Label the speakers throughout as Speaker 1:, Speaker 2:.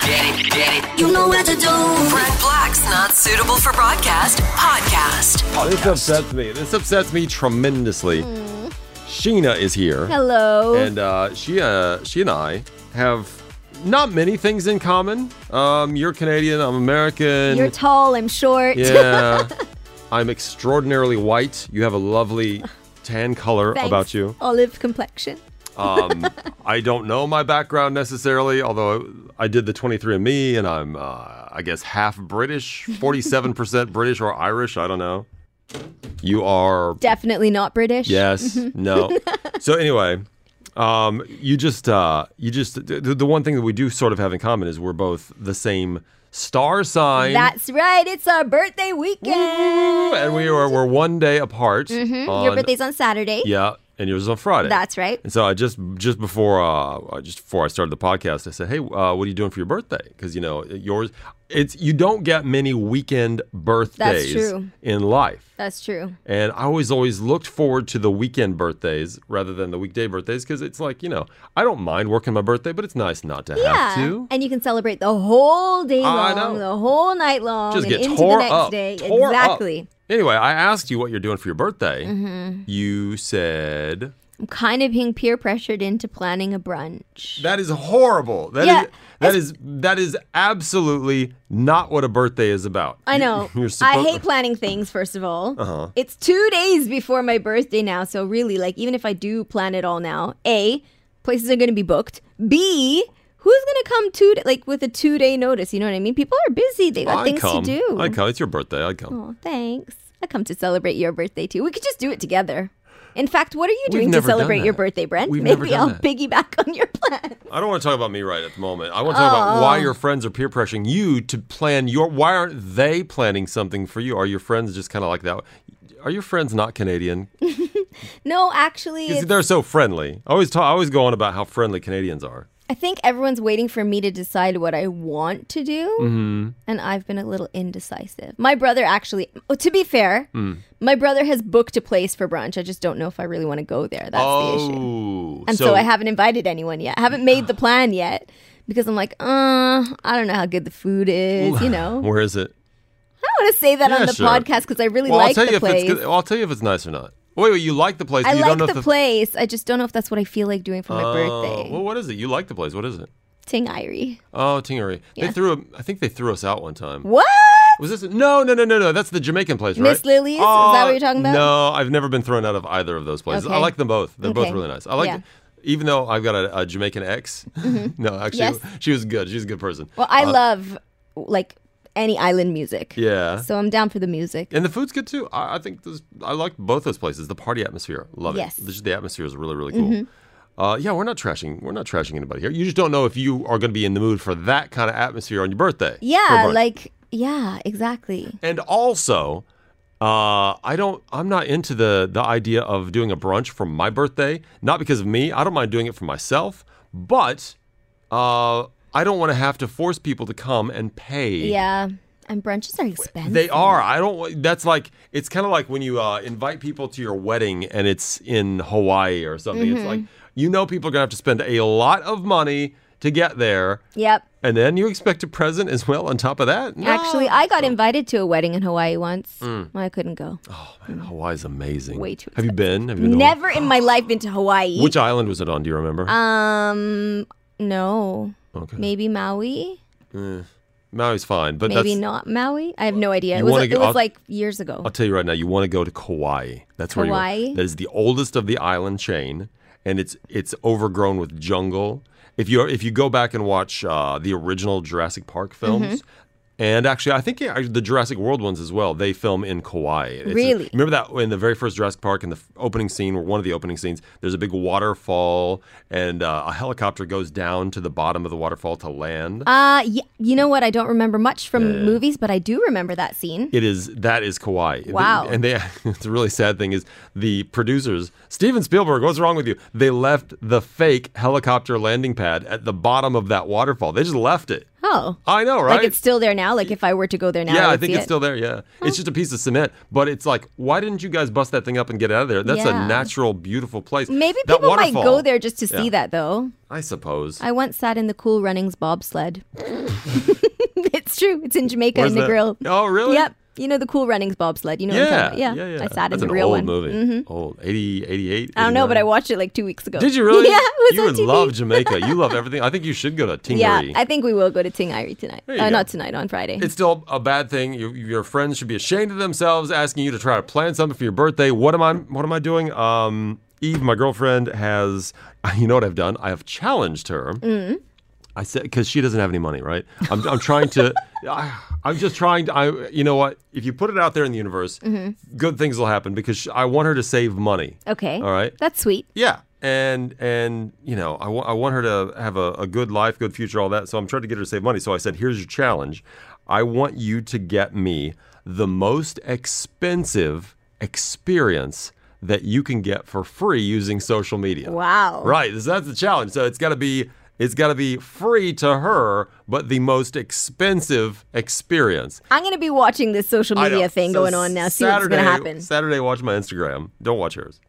Speaker 1: Get it? You know what to do.
Speaker 2: Brett Black's Not Suitable for Broadcast podcast.
Speaker 3: This upsets me. This upsets me tremendously. Sheena is here,
Speaker 4: Hello.
Speaker 3: and uh, she uh, she and I have not many things in common. Um, you're Canadian. I'm American.
Speaker 4: You're tall, I'm short.
Speaker 3: yeah. I'm extraordinarily white. You have a lovely tan color
Speaker 4: Thanks.
Speaker 3: about you.
Speaker 4: Olive complexion.
Speaker 3: Um, I don't know my background necessarily, although I did the 23andMe, and I'm, uh, I guess, half British, 47% British or Irish. I don't know. You are.
Speaker 4: Definitely not British.
Speaker 3: Yes.
Speaker 4: Mm-hmm.
Speaker 3: No. So anyway, um, you just, uh, you just, the, the one thing that we do sort of have in common is we're both the same star sign.
Speaker 4: That's right. It's our birthday weekend.
Speaker 3: and we were, were one day apart. on-
Speaker 4: Mm-hmm. Your birthday's on Saturday.
Speaker 3: Yeah, and yours is on Friday.
Speaker 4: That's right.
Speaker 3: And so I just just before uh uh, just before I started the podcast, I said, "Hey, uh, what are you doing for your birthday?" Because you know yours, it's you don't get many weekend birthdays
Speaker 4: true.
Speaker 3: in life,
Speaker 4: That's true.
Speaker 3: and I always always looked forward to the weekend birthdays rather than the weekday birthdays because it's like you know I don't mind working my birthday, but it's nice not to have to.
Speaker 4: And you can celebrate the whole day long,
Speaker 3: I know.
Speaker 4: the whole night long,
Speaker 3: just
Speaker 4: and
Speaker 3: get
Speaker 4: into
Speaker 3: tore
Speaker 4: the next
Speaker 3: up.
Speaker 4: day.
Speaker 3: tore up.
Speaker 4: exactly. Mm-hmm.
Speaker 3: Anyway, I asked you what you're doing for your birthday. You said
Speaker 4: I'm kind of being peer pressured into planning a brunch.
Speaker 3: That is horrible. That is
Speaker 4: Yeah,
Speaker 3: that is that is absolutely not what a birthday is about.
Speaker 4: I know.
Speaker 3: You're
Speaker 4: I
Speaker 3: suppo-
Speaker 4: hate planning things, first of all. Uh-huh. It's two days before my birthday now. So, really, like, even if I do plan it all now, A, places are going to be booked. B, who's going to come two, like, with a two day notice? You know what I mean? People are busy. They got
Speaker 3: I'd
Speaker 4: things
Speaker 3: come.
Speaker 4: to do.
Speaker 3: I'd come. It's your birthday. I'd come.
Speaker 4: Oh, thanks. I come to celebrate your birthday, too. We could just do it together. In fact, what are you
Speaker 3: We've
Speaker 4: doing to
Speaker 3: never done
Speaker 4: celebrate your
Speaker 3: that.
Speaker 4: birthday, Brent?
Speaker 3: We've never
Speaker 4: Maybe
Speaker 3: done
Speaker 4: I'll
Speaker 3: that.
Speaker 4: piggyback on your plan.
Speaker 3: I don't want to talk about me right at the moment. I want to talk about
Speaker 4: Oh.
Speaker 3: why your friends are peer pressuring you to plan your. Why aren't they planning something for you? Are your friends just kind of like that? Are your friends not Canadian?
Speaker 4: No, actually,
Speaker 3: 'Cause
Speaker 4: it's-
Speaker 3: They're so friendly. I always talk, I always go on about how friendly Canadians are.
Speaker 4: I think everyone's waiting for me to decide what I want to do,
Speaker 3: Mm-hmm.
Speaker 4: and I've been a little indecisive. My brother actually, oh, to be fair,
Speaker 3: Mm.
Speaker 4: my brother has booked a place for brunch. I just don't know if I really want to go there. That's the issue.
Speaker 3: oh,
Speaker 4: And so, I haven't invited anyone yet. I haven't made the plan yet because I'm like, uh, I don't know how good the food is, you know.
Speaker 3: Where is it?
Speaker 4: I don't want to say that
Speaker 3: Yeah,
Speaker 4: on the
Speaker 3: sure.
Speaker 4: podcast because I really
Speaker 3: Well, I'll
Speaker 4: like
Speaker 3: tell you
Speaker 4: the
Speaker 3: if it's.
Speaker 4: place.
Speaker 3: Good. I'll tell you if it's nice or not. Wait, wait. You like the place?
Speaker 4: I
Speaker 3: but you
Speaker 4: like
Speaker 3: don't know
Speaker 4: the,
Speaker 3: if the
Speaker 4: place. I just don't know if that's what I feel like doing for my birthday.
Speaker 3: Oh, well, what is it? You like the place? What is it?
Speaker 4: Ting Irie.
Speaker 3: Oh, Tingery. They threw. A, I think they threw us out one time.
Speaker 4: What?
Speaker 3: Was this? No, no, no, no, no. That's the Jamaican place, right? Uh,
Speaker 4: Miss Lily's? Is that what you're talking about?
Speaker 3: No, I've never been thrown out of either of those places. I
Speaker 4: Okay.
Speaker 3: like them both. They're both
Speaker 4: Okay.
Speaker 3: really nice. I like.
Speaker 4: Yeah. Mm-hmm.
Speaker 3: Even though I've got a, a Jamaican ex, no, actually,
Speaker 4: Yes.
Speaker 3: she was good. She's a good person.
Speaker 4: Well, I
Speaker 3: Uh,
Speaker 4: love like any island music.
Speaker 3: Yeah.
Speaker 4: So I'm down for the music.
Speaker 3: and the food's good too. I, I think this, I like both those places. The party atmosphere, love
Speaker 4: Yes. Mm-hmm.
Speaker 3: it. Just the atmosphere is really, really cool. Uh, yeah, we're not trashing. We're not trashing anybody here. You just don't know if you are going to be in the mood for that kind of atmosphere on your birthday. for
Speaker 4: Yeah,
Speaker 3: brunch.
Speaker 4: like yeah, exactly.
Speaker 3: And also, uh, I don't. I'm not into the the idea of doing a brunch for my birthday. Not because of me. I don't mind doing it for myself, but uh, I don't want to have to force people to come and pay.
Speaker 4: Yeah, and brunches are expensive.
Speaker 3: They are. I don't. wa- That's like. It's kind of like when you uh, invite people to your wedding and it's in Hawaii or something. It's like
Speaker 4: Mm-hmm.
Speaker 3: you know people are gonna have to spend a lot of money to get there,
Speaker 4: Yep.
Speaker 3: and then you expect a present as well on top of that. No. Mm.
Speaker 4: Actually, I got invited to a wedding in Hawaii once. I couldn't go.
Speaker 3: Oh, Hawaii's amazing.
Speaker 4: Way too
Speaker 3: Have you been? Have you been to Hawaii?
Speaker 4: Never in my life been to Hawaii.
Speaker 3: Which island was it on? Do you remember?
Speaker 4: um, no.
Speaker 3: okay.
Speaker 4: Maybe Maui.
Speaker 3: Maui's fine, but
Speaker 4: Maybe
Speaker 3: that's,
Speaker 4: not Maui. I have no idea.
Speaker 3: You
Speaker 4: It was,
Speaker 3: wanna Uh,
Speaker 4: it
Speaker 3: go-
Speaker 4: was
Speaker 3: I'll-
Speaker 4: like years ago.
Speaker 3: I'll tell you right now, you want to go to Kauai. That's where you
Speaker 4: Kauai?
Speaker 3: want. That is the oldest of the island chain, and it's it's overgrown with jungle. If you if you go back and watch uh, the original Jurassic Park
Speaker 4: Mm-hmm.
Speaker 3: films. And actually, I think yeah, the Jurassic World ones as well. They film in Kauai. It's a-
Speaker 4: Really?
Speaker 3: remember that in the very first Jurassic Park, in the f- opening scene, or one of the opening scenes, there's a big waterfall, and uh, a helicopter goes down to the bottom of the waterfall to land.
Speaker 4: uh, yeah, you know what? I don't remember much from movies, but I do remember that scene.
Speaker 3: It is that is Kauai.
Speaker 4: Wow.
Speaker 3: And they it's a really sad thing is the producers, Steven Spielberg, what's wrong with you? They left the fake helicopter landing pad at the bottom of that waterfall. They just left it.
Speaker 4: Oh.
Speaker 3: I know, right?
Speaker 4: Like it's still there now. Like if I were to go there now,
Speaker 3: yeah,
Speaker 4: I,
Speaker 3: I
Speaker 4: would
Speaker 3: think
Speaker 4: see
Speaker 3: it's
Speaker 4: it.
Speaker 3: still there. Yeah. It's just a piece of cement, but it's like, why didn't you guys bust that thing up and get out of there? That's a
Speaker 4: Yeah.
Speaker 3: natural, beautiful place.
Speaker 4: Maybe
Speaker 3: that
Speaker 4: people
Speaker 3: waterfall,
Speaker 4: might go there just to
Speaker 3: Yeah.
Speaker 4: see that, though.
Speaker 3: I suppose.
Speaker 4: I once sat in the Cool Runnings bobsled. it's true. It's in Jamaica
Speaker 3: Where's
Speaker 4: in the
Speaker 3: that?
Speaker 4: grill.
Speaker 3: Oh, really?
Speaker 4: Yep. You know the Cool Runnings bobsled. You know what I'm
Speaker 3: Yeah,
Speaker 4: talking about? Yeah. I sat
Speaker 3: That's
Speaker 4: in the
Speaker 3: an
Speaker 4: real one.
Speaker 3: old
Speaker 4: Mm-hmm.
Speaker 3: movie. Old 80, 88.
Speaker 4: I don't know, but I
Speaker 3: 89.
Speaker 4: watched it like two weeks ago.
Speaker 3: Did you really?
Speaker 4: Yeah, it was
Speaker 3: you
Speaker 4: on
Speaker 3: would
Speaker 4: TV.
Speaker 3: love Jamaica. You love everything. I think you should go to Tingaree.
Speaker 4: Yeah, I think we will go to Tingairi tonight.
Speaker 3: you
Speaker 4: Uh,
Speaker 3: go.
Speaker 4: not tonight, on Friday.
Speaker 3: it's still a bad thing. Your, your friends should be ashamed of themselves asking you to try to plan something for your birthday. What am I? What am I doing? Um, Eve, my girlfriend, has. You know what I've done? I have challenged her. I said because she doesn't have any money, right? I'm, I'm trying to. I, I'm just trying to. I. You know what? If you put it out there in the universe, good things will happen because sh- I want her to save money.
Speaker 4: okay.
Speaker 3: All right.
Speaker 4: That's sweet.
Speaker 3: Yeah. And and you know I wa- I want her to have a, a good life, good future, all that. So I'm trying to get her to save money. So I said, here's your challenge. I want you to get me the most expensive experience that you can get for free using social media.
Speaker 4: Wow.
Speaker 3: Right. So that's the challenge. So it's got to be it's got to be free to her, but the most expensive experience.
Speaker 4: I'm going to be watching this social
Speaker 3: I know.
Speaker 4: media thing
Speaker 3: So
Speaker 4: going on now. See what's going to happen.
Speaker 3: Saturday, watch my Instagram. Don't watch hers.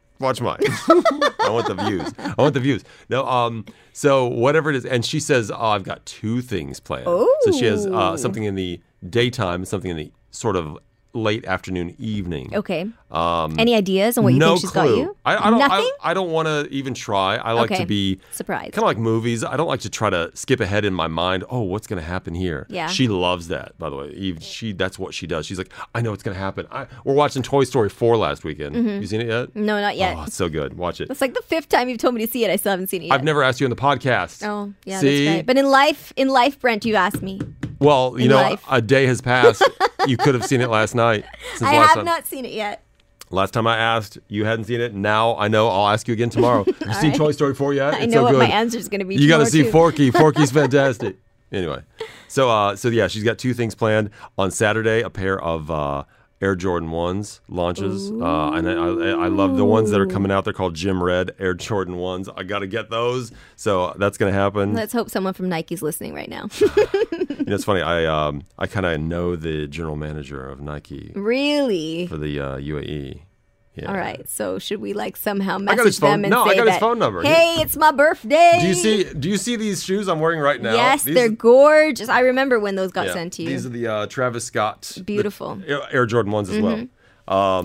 Speaker 3: Watch mine. I want the views. I want the views. No, um, so whatever it is, and she says, "Oh, I've got two things planned." So she has uh,
Speaker 4: Oh.
Speaker 3: something in the daytime, and something in the sort of late afternoon, evening.
Speaker 4: Okay. Any ideas on what you
Speaker 3: Um, no
Speaker 4: think she's
Speaker 3: clue.
Speaker 4: got you?
Speaker 3: I, I don't.
Speaker 4: Nothing.
Speaker 3: I, I don't want to even try. I like
Speaker 4: Okay.
Speaker 3: to be
Speaker 4: Surprised.
Speaker 3: Kind of like movies. I don't like to try to skip ahead in my mind. Oh, what's going to happen here?
Speaker 4: Yeah.
Speaker 3: She loves that. By the way, Eve. She. That's what she does. She's like, I know what's going to happen. I, we're watching Toy Story four last weekend. You seen it yet?
Speaker 4: no, Mm-hmm. not yet.
Speaker 3: Oh, it's so good. Watch it.
Speaker 4: It's like the fifth time you've told me to see it. I still haven't seen it yet.
Speaker 3: I've never asked you on the podcast.
Speaker 4: Oh, yeah,
Speaker 3: See?
Speaker 4: that's right. But in life, in life, Brent, you asked me.
Speaker 3: well, you
Speaker 4: in
Speaker 3: know,
Speaker 4: life.
Speaker 3: a day has passed. you could have seen it last night. Since
Speaker 4: I
Speaker 3: last
Speaker 4: have
Speaker 3: time.
Speaker 4: not seen it yet.
Speaker 3: Last time I asked, you hadn't seen it. Now I know. I'll ask you again tomorrow. you seen Toy Story 4 yet?
Speaker 4: I
Speaker 3: It's
Speaker 4: know
Speaker 3: so
Speaker 4: what
Speaker 3: good.
Speaker 4: my answer's going to be.
Speaker 3: You got to
Speaker 4: tomorrow,
Speaker 3: see
Speaker 4: too.
Speaker 3: Forky. Forky's fantastic. Anyway, so uh, so yeah, she's got two things planned on Saturday: a pair of uh, Air Jordan ones launches, uh, and I, I, I love the ones that are coming out. They're called Jim Red Air Jordan ones. I got to get those, so uh, that's gonna happen.
Speaker 4: Let's hope someone from Nike's listening right now.
Speaker 3: you know, it's funny. I um, I kind of know the general manager of Nike
Speaker 4: really?
Speaker 3: for the uh, UAE. Yeah.
Speaker 4: All right. So should we like somehow
Speaker 3: got his
Speaker 4: message
Speaker 3: phone-
Speaker 4: them and
Speaker 3: no, I
Speaker 4: say
Speaker 3: got his
Speaker 4: that,
Speaker 3: phone number.
Speaker 4: Hey, it's my birthday.
Speaker 3: Do you see? Do you see these shoes I'm wearing right now?
Speaker 4: Yes,
Speaker 3: These-
Speaker 4: they're gorgeous. I remember when those got
Speaker 3: yeah,
Speaker 4: sent to you,
Speaker 3: These are the uh, Travis Scott the
Speaker 4: Beautiful. Mm-hmm.
Speaker 3: Air- Air Jordan ones as well.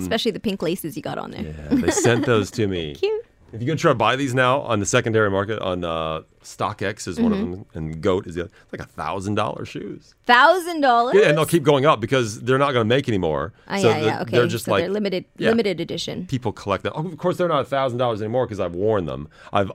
Speaker 4: especially the pink laces you got on there.
Speaker 3: Yeah, they sent those to me.
Speaker 4: Cute.
Speaker 3: If you go try to buy these now on the secondary market, on uh, StockX is one of
Speaker 4: Mm-hmm.
Speaker 3: them, and Goat is the other. It's like a thousand dollar shoes,
Speaker 4: Thousand
Speaker 3: yeah, and they'll
Speaker 4: dollars.
Speaker 3: keep going up because they're not going to make anymore.
Speaker 4: Ah,
Speaker 3: so
Speaker 4: yeah,
Speaker 3: they're,
Speaker 4: yeah. Okay.
Speaker 3: they're just
Speaker 4: so
Speaker 3: like
Speaker 4: they're limited,
Speaker 3: yeah.
Speaker 4: limited edition.
Speaker 3: people collect them. Oh, of course, they're not a thousand dollars anymore because I've worn them. I've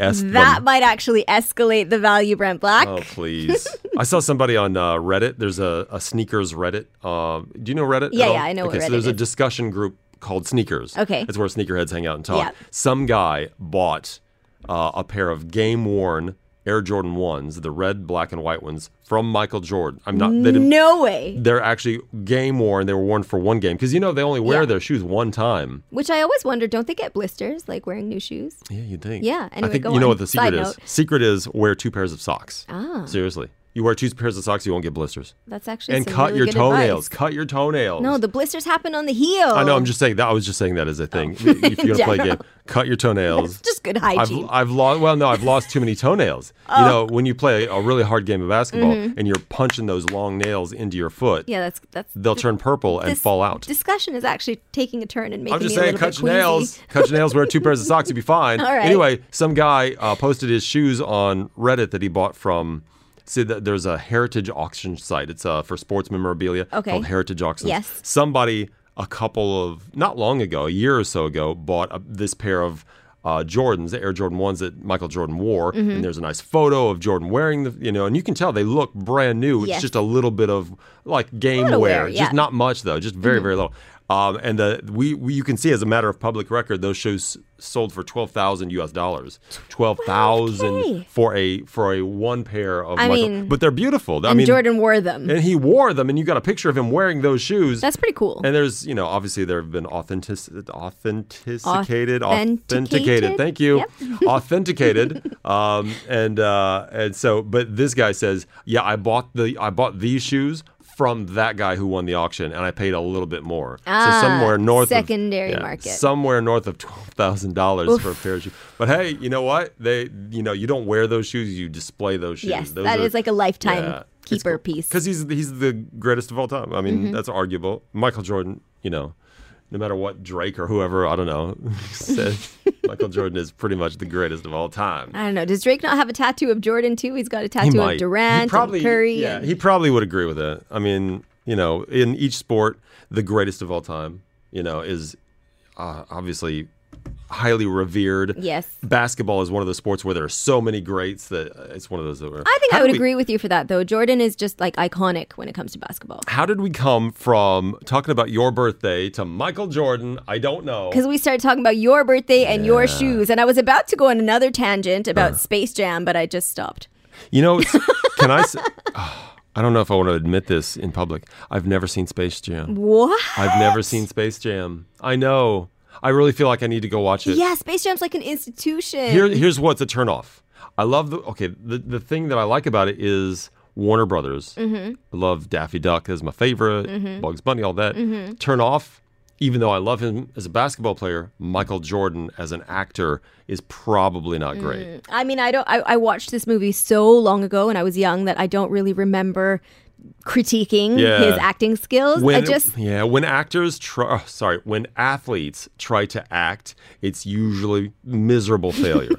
Speaker 3: unds'd
Speaker 4: That
Speaker 3: them.
Speaker 4: might actually escalate the value, Brent Black.
Speaker 3: Oh please! I saw somebody on uh, Reddit. There's a, a sneakers Reddit. Um, do you know Reddit?
Speaker 4: Yeah,
Speaker 3: at all?
Speaker 4: yeah, I know what
Speaker 3: Okay, so there's
Speaker 4: Reddit
Speaker 3: a
Speaker 4: is.
Speaker 3: discussion group called Sneakers.
Speaker 4: Okay.
Speaker 3: it's where sneakerheads hang out and talk.
Speaker 4: Yeah.
Speaker 3: Some guy bought uh, a pair of game worn Air Jordan ones, the red, black, and white ones from Michael Jordan. I'm not. They didn't,
Speaker 4: No way.
Speaker 3: They're actually game worn. They were worn for one game because you know they only wear
Speaker 4: Yeah.
Speaker 3: their shoes one time.
Speaker 4: Which I always wonder, don't they get blisters like wearing new shoes?
Speaker 3: Yeah, you'd think.
Speaker 4: Yeah,
Speaker 3: I
Speaker 4: anyway,
Speaker 3: think
Speaker 4: go
Speaker 3: you know
Speaker 4: on.
Speaker 3: what the
Speaker 4: Side
Speaker 3: secret is.
Speaker 4: note.
Speaker 3: Secret is wear two pairs of socks.
Speaker 4: Ah.
Speaker 3: Seriously. You wear two pairs of socks, you won't get blisters.
Speaker 4: That's actually
Speaker 3: and
Speaker 4: some
Speaker 3: cut
Speaker 4: really
Speaker 3: your
Speaker 4: good
Speaker 3: toenails.
Speaker 4: advice.
Speaker 3: Cut your toenails.
Speaker 4: No, the Oh. blisters happen on the heel.
Speaker 3: I know. I'm just saying that. I was just saying that as a thing. if you're gonna play a game,
Speaker 4: general.
Speaker 3: cut your toenails.
Speaker 4: It's just good
Speaker 3: I've
Speaker 4: hygiene. Oh.
Speaker 3: I've lost. Well, no, I've lost too many toenails. You know, when you play a really hard game of basketball and you're punching those long nails into your foot,
Speaker 4: Mm-hmm. yeah, that's that's.
Speaker 3: they'll
Speaker 4: th-
Speaker 3: turn purple and
Speaker 4: this
Speaker 3: fall out.
Speaker 4: Discussion is actually taking a turn and making
Speaker 3: I'm just
Speaker 4: me
Speaker 3: saying,
Speaker 4: a
Speaker 3: cut
Speaker 4: little
Speaker 3: your
Speaker 4: bit queasy.
Speaker 3: nails, cut your nails, wear two pairs of socks, you'll be fine.
Speaker 4: All right.
Speaker 3: Anyway, some guy uh, posted his shoes on Reddit that he bought from. See, th- there's a heritage auction site. It's uh, for sports memorabilia
Speaker 4: Okay.
Speaker 3: called Heritage Auctions.
Speaker 4: Yes.
Speaker 3: Somebody a couple of not long ago, a year or so ago, bought a, this pair of. Uh, Jordans, the Air Jordan ones that Michael Jordan wore,
Speaker 4: Mm-hmm.
Speaker 3: and there's a nice photo of Jordan wearing the, you know, and you can tell they look brand new. It's
Speaker 4: Yes.
Speaker 3: just a little bit of like game
Speaker 4: little
Speaker 3: wear,
Speaker 4: wear,
Speaker 3: just
Speaker 4: yeah. Mm-hmm.
Speaker 3: not much though, just very very little. Um, and the we, we you can see as a matter of public record, those shows sold for twelve thousand U.S. dollars, twelve thousand
Speaker 4: 12K.
Speaker 3: for a for a one pair of.
Speaker 4: I
Speaker 3: Michael-
Speaker 4: mean-
Speaker 3: but they're beautiful. I
Speaker 4: And
Speaker 3: mean,
Speaker 4: Jordan wore them.
Speaker 3: and he wore them, and you got a picture of him wearing those shoes.
Speaker 4: that's pretty cool.
Speaker 3: And there's, you know, obviously there have been authentic, authenticated, authenticated.
Speaker 4: Authenticated?
Speaker 3: Thank you, authenticated. Um, and uh, and so, but this guy says, yeah, I bought the I bought these shoes from that guy who won the auction, and I paid a little bit more.
Speaker 4: Ah,
Speaker 3: so somewhere north
Speaker 4: secondary
Speaker 3: of, yeah,
Speaker 4: market.
Speaker 3: somewhere north of twelve thousand dollars for a pair of shoes. But hey, you know what? They, you know, you don't wear those shoes; you display those shoes.
Speaker 4: Yes, that
Speaker 3: Those
Speaker 4: is
Speaker 3: are-
Speaker 4: like a lifetime
Speaker 3: yeah,
Speaker 4: keeper piece.
Speaker 3: because he's he's the greatest of all time. I
Speaker 4: Mm-hmm.
Speaker 3: mean, that's arguable. Michael Jordan, you know, no matter what Drake or whoever, I don't know, said Michael Jordan is pretty much the greatest of all time.
Speaker 4: I don't know. Does Drake not have a tattoo of Jordan too? He's got a
Speaker 3: He
Speaker 4: tattoo
Speaker 3: might.
Speaker 4: of Durant,
Speaker 3: he
Speaker 4: and
Speaker 3: probably,
Speaker 4: Curry.
Speaker 3: Yeah,
Speaker 4: and-
Speaker 3: he probably would agree with that. I mean, you know, in each sport, the greatest of all time, you know, is uh, obviously highly revered.
Speaker 4: Yes.
Speaker 3: Basketball is one of those sports where there are so many greats that uh, it's one of those that were.
Speaker 4: I think I would agree with you for that though. Jordan is just like iconic when it comes to basketball.
Speaker 3: How did we come from talking about your birthday to Michael Jordan? I don't know.
Speaker 4: Because we started talking about your birthday and your shoes, and I was about to go on another tangent about Space Jam, but I just stopped.
Speaker 3: You know, it's- can I? s- Oh, I don't know if I want to admit this in public. I've never seen Space Jam.
Speaker 4: What?
Speaker 3: I've never seen Space Jam. I know. I really feel like I need to go watch it.
Speaker 4: Yeah, Space Jam's like an institution.
Speaker 3: Here, here's what's a turnoff. I love the okay. The, the thing that I like about it is Warner Brothers.
Speaker 4: Mm-hmm.
Speaker 3: I love Daffy Duck is my favorite. Bugs Bunny, all that.
Speaker 4: Mm-hmm.
Speaker 3: Turn off. Even though I love him as a basketball player, Michael Jordan as an actor is probably
Speaker 4: Mm.
Speaker 3: not great.
Speaker 4: I mean, I don't. I, I watched this movie so long ago, and I was young that I don't really remember critiquing
Speaker 3: Yeah.
Speaker 4: his acting skills.
Speaker 3: When,
Speaker 4: I just
Speaker 3: yeah, when actors try, oh, sorry, when athletes try to act, it's usually miserable failure.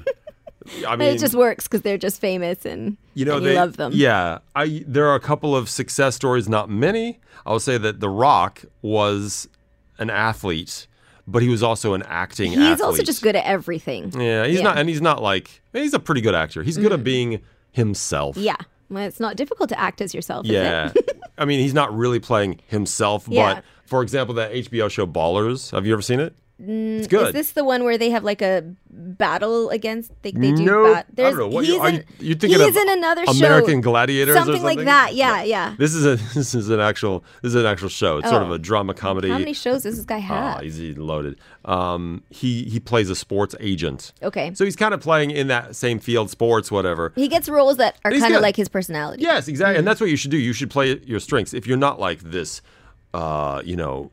Speaker 3: I mean,
Speaker 4: it just works because they're just famous and
Speaker 3: you know
Speaker 4: and
Speaker 3: they
Speaker 4: love them.
Speaker 3: Yeah, I there are a couple of success stories, not many. I will say that The Rock was an athlete, but he was also an acting.
Speaker 4: he's
Speaker 3: athlete.
Speaker 4: also just good at everything.
Speaker 3: Yeah, he's
Speaker 4: Yeah. Mm.
Speaker 3: not, and he's not like he's a pretty good actor. He's good at being himself.
Speaker 4: Yeah. Well, it's not difficult to act as yourself. Is
Speaker 3: Yeah.
Speaker 4: it?
Speaker 3: I mean, he's not really playing himself,
Speaker 4: Yeah.
Speaker 3: but for example, that HBO show Ballers, have you ever seen it? it's good.
Speaker 4: Mm, Is this the one where they have like a battle against? They, they do.
Speaker 3: Nope.
Speaker 4: bat-
Speaker 3: I don't know. What you-
Speaker 4: he's
Speaker 3: are
Speaker 4: in-
Speaker 3: you- you thinking
Speaker 4: he's
Speaker 3: of
Speaker 4: in another
Speaker 3: American
Speaker 4: show,
Speaker 3: Gladiators or
Speaker 4: something, like
Speaker 3: something?
Speaker 4: that. Yeah, yeah.
Speaker 3: This is a this is an actual this is an actual show. It's sort of
Speaker 4: Oh.
Speaker 3: a drama comedy.
Speaker 4: How many shows does this guy
Speaker 3: Ah,
Speaker 4: have?
Speaker 3: he's he's loaded. Um, he he plays a sports agent.
Speaker 4: Okay.
Speaker 3: So he's kind of playing in that same field, sports, whatever.
Speaker 4: he gets roles that are
Speaker 3: He's
Speaker 4: kind of
Speaker 3: good.
Speaker 4: like his personality.
Speaker 3: Yes, exactly.
Speaker 4: Mm-hmm.
Speaker 3: And that's what you should do. You should play your strengths. If you're not like this, uh, you know,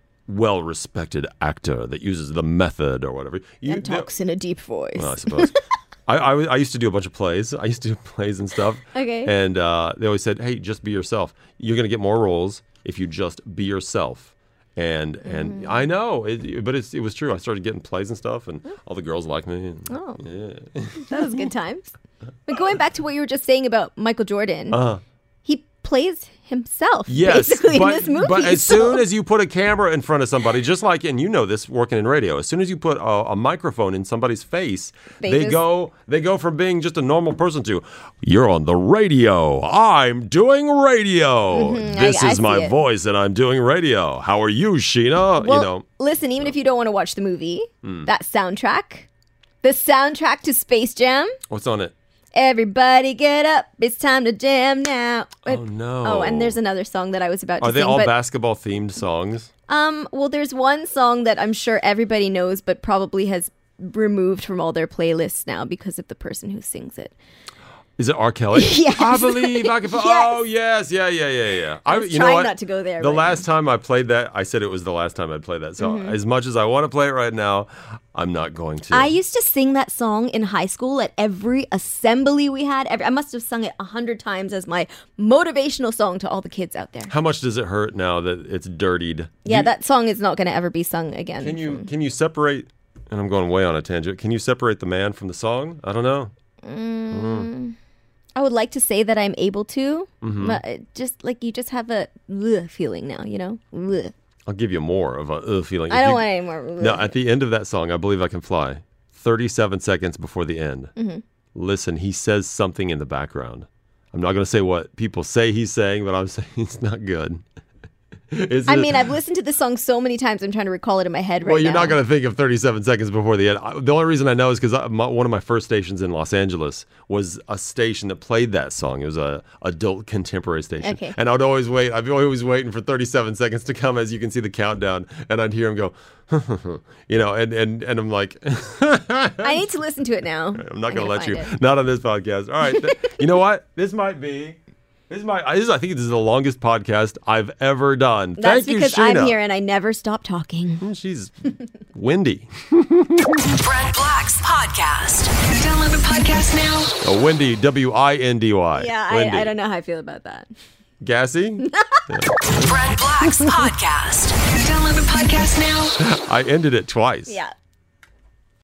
Speaker 3: well-respected actor that uses the method or whatever, you
Speaker 4: and talks in a deep voice.
Speaker 3: I suppose. I, I, was- I used to do a bunch of plays. I used to do plays and stuff.
Speaker 4: Okay.
Speaker 3: And uh, they always said, "Hey, just be yourself. You're gonna get more roles if you just be yourself." And
Speaker 4: Mm-hmm.
Speaker 3: and I know, it, but it's, it was true. I started getting plays and stuff, and all the girls liked me. and-
Speaker 4: Oh.
Speaker 3: Yeah.
Speaker 4: That was good times. But going back to what you were just saying about Michael Jordan,
Speaker 3: Uh-huh.
Speaker 4: he plays himself
Speaker 3: Yes,
Speaker 4: basically
Speaker 3: but,
Speaker 4: in this movie.
Speaker 3: but as
Speaker 4: so-
Speaker 3: soon as you put a camera in front of somebody, just like and you know this working in radio, as soon as you put a, a microphone in somebody's face,
Speaker 4: They
Speaker 3: they,
Speaker 4: just-
Speaker 3: go they go from being just a normal person to you're on the radio. I'm doing radio. This
Speaker 4: Mm-hmm, I
Speaker 3: is
Speaker 4: see
Speaker 3: my
Speaker 4: it."
Speaker 3: voice, and I'm doing radio. How are you, Sheena?
Speaker 4: well,
Speaker 3: you know, Hmm.
Speaker 4: listen, even if you don't want to watch the movie, that soundtrack, the soundtrack to Space Jam,
Speaker 3: what's on it?
Speaker 4: everybody get up, it's time to jam now.
Speaker 3: Oh no!
Speaker 4: Oh, and there's another song that I was about to
Speaker 3: are they
Speaker 4: sing,
Speaker 3: all
Speaker 4: but
Speaker 3: basketball themed songs?
Speaker 4: um, well, there's one song that I'm sure everybody knows, but probably has removed from all their playlists now because of the person who sings it.
Speaker 3: Is it R. Kelly?
Speaker 4: Yes.
Speaker 3: I believe I can. Fo-
Speaker 4: Yes.
Speaker 3: Oh yes, yeah, yeah, yeah, yeah. I,
Speaker 4: was
Speaker 3: you know
Speaker 4: trying
Speaker 3: what?
Speaker 4: not to go there,
Speaker 3: The
Speaker 4: but-
Speaker 3: last time I played that, I said it was the last time I'd play that. So as much as I want to play it right now, I'm not going to.
Speaker 4: Mm-hmm. I used to sing that song in high school at every assembly we had. Every, I must have sung it a hundred times as my motivational song to all the kids out there.
Speaker 3: How much does it hurt now that it's dirtied?
Speaker 4: Yeah,
Speaker 3: You-
Speaker 4: that song is not going to ever be sung again.
Speaker 3: Can you can you separate? And I'm going way on a tangent. Can you separate the man from the song? I don't know.
Speaker 4: I would like to say that I'm able to,
Speaker 3: Mm-hmm.
Speaker 4: but it just like you just have a ugh feeling now, you know. Ugh.
Speaker 3: I'll give you more of a uh, feeling.
Speaker 4: I
Speaker 3: If
Speaker 4: don't
Speaker 3: you-
Speaker 4: want any more. ugh.
Speaker 3: No, at the end of that song, I believe I can fly. 37 seconds before the end.
Speaker 4: Mm-hmm.
Speaker 3: Listen, he says something in the background. I'm not going to say what people say he's saying, but I'm saying it's not good. It's
Speaker 4: I
Speaker 3: just-
Speaker 4: mean, I've listened to this song so many times. I'm trying to recall it in my head right
Speaker 3: well, you're
Speaker 4: now.
Speaker 3: not going to think of 37 seconds before the end. I, the only reason I know is because one of my first stations in Los Angeles was a station that played that song. It was a adult contemporary station,
Speaker 4: Okay.
Speaker 3: and I'd always wait. I'd be always waiting for 37 seconds to come, as you can see the countdown, and I'd hear him go, you know, and and and I'm like,
Speaker 4: I need to listen to it now.
Speaker 3: I'm not
Speaker 4: I'm
Speaker 3: going to
Speaker 4: gonna
Speaker 3: let you.
Speaker 4: find
Speaker 3: Not on this podcast. All right. th- you know what? This might be. This is my. This is, I think this is the longest podcast I've ever done.
Speaker 4: That's
Speaker 3: Thank you,
Speaker 4: because
Speaker 3: Sheena.
Speaker 4: I'm here and I never stop talking.
Speaker 3: She's windy.
Speaker 2: Brent Black's podcast.
Speaker 1: Download the podcast now.
Speaker 3: Oh, windy. W I N D Y.
Speaker 4: Yeah,
Speaker 3: Windy.
Speaker 4: I, I don't know how I feel about that.
Speaker 3: Gassy.
Speaker 2: Brent Black's podcast.
Speaker 1: Download the podcast now.
Speaker 3: I ended it twice.
Speaker 4: Yeah.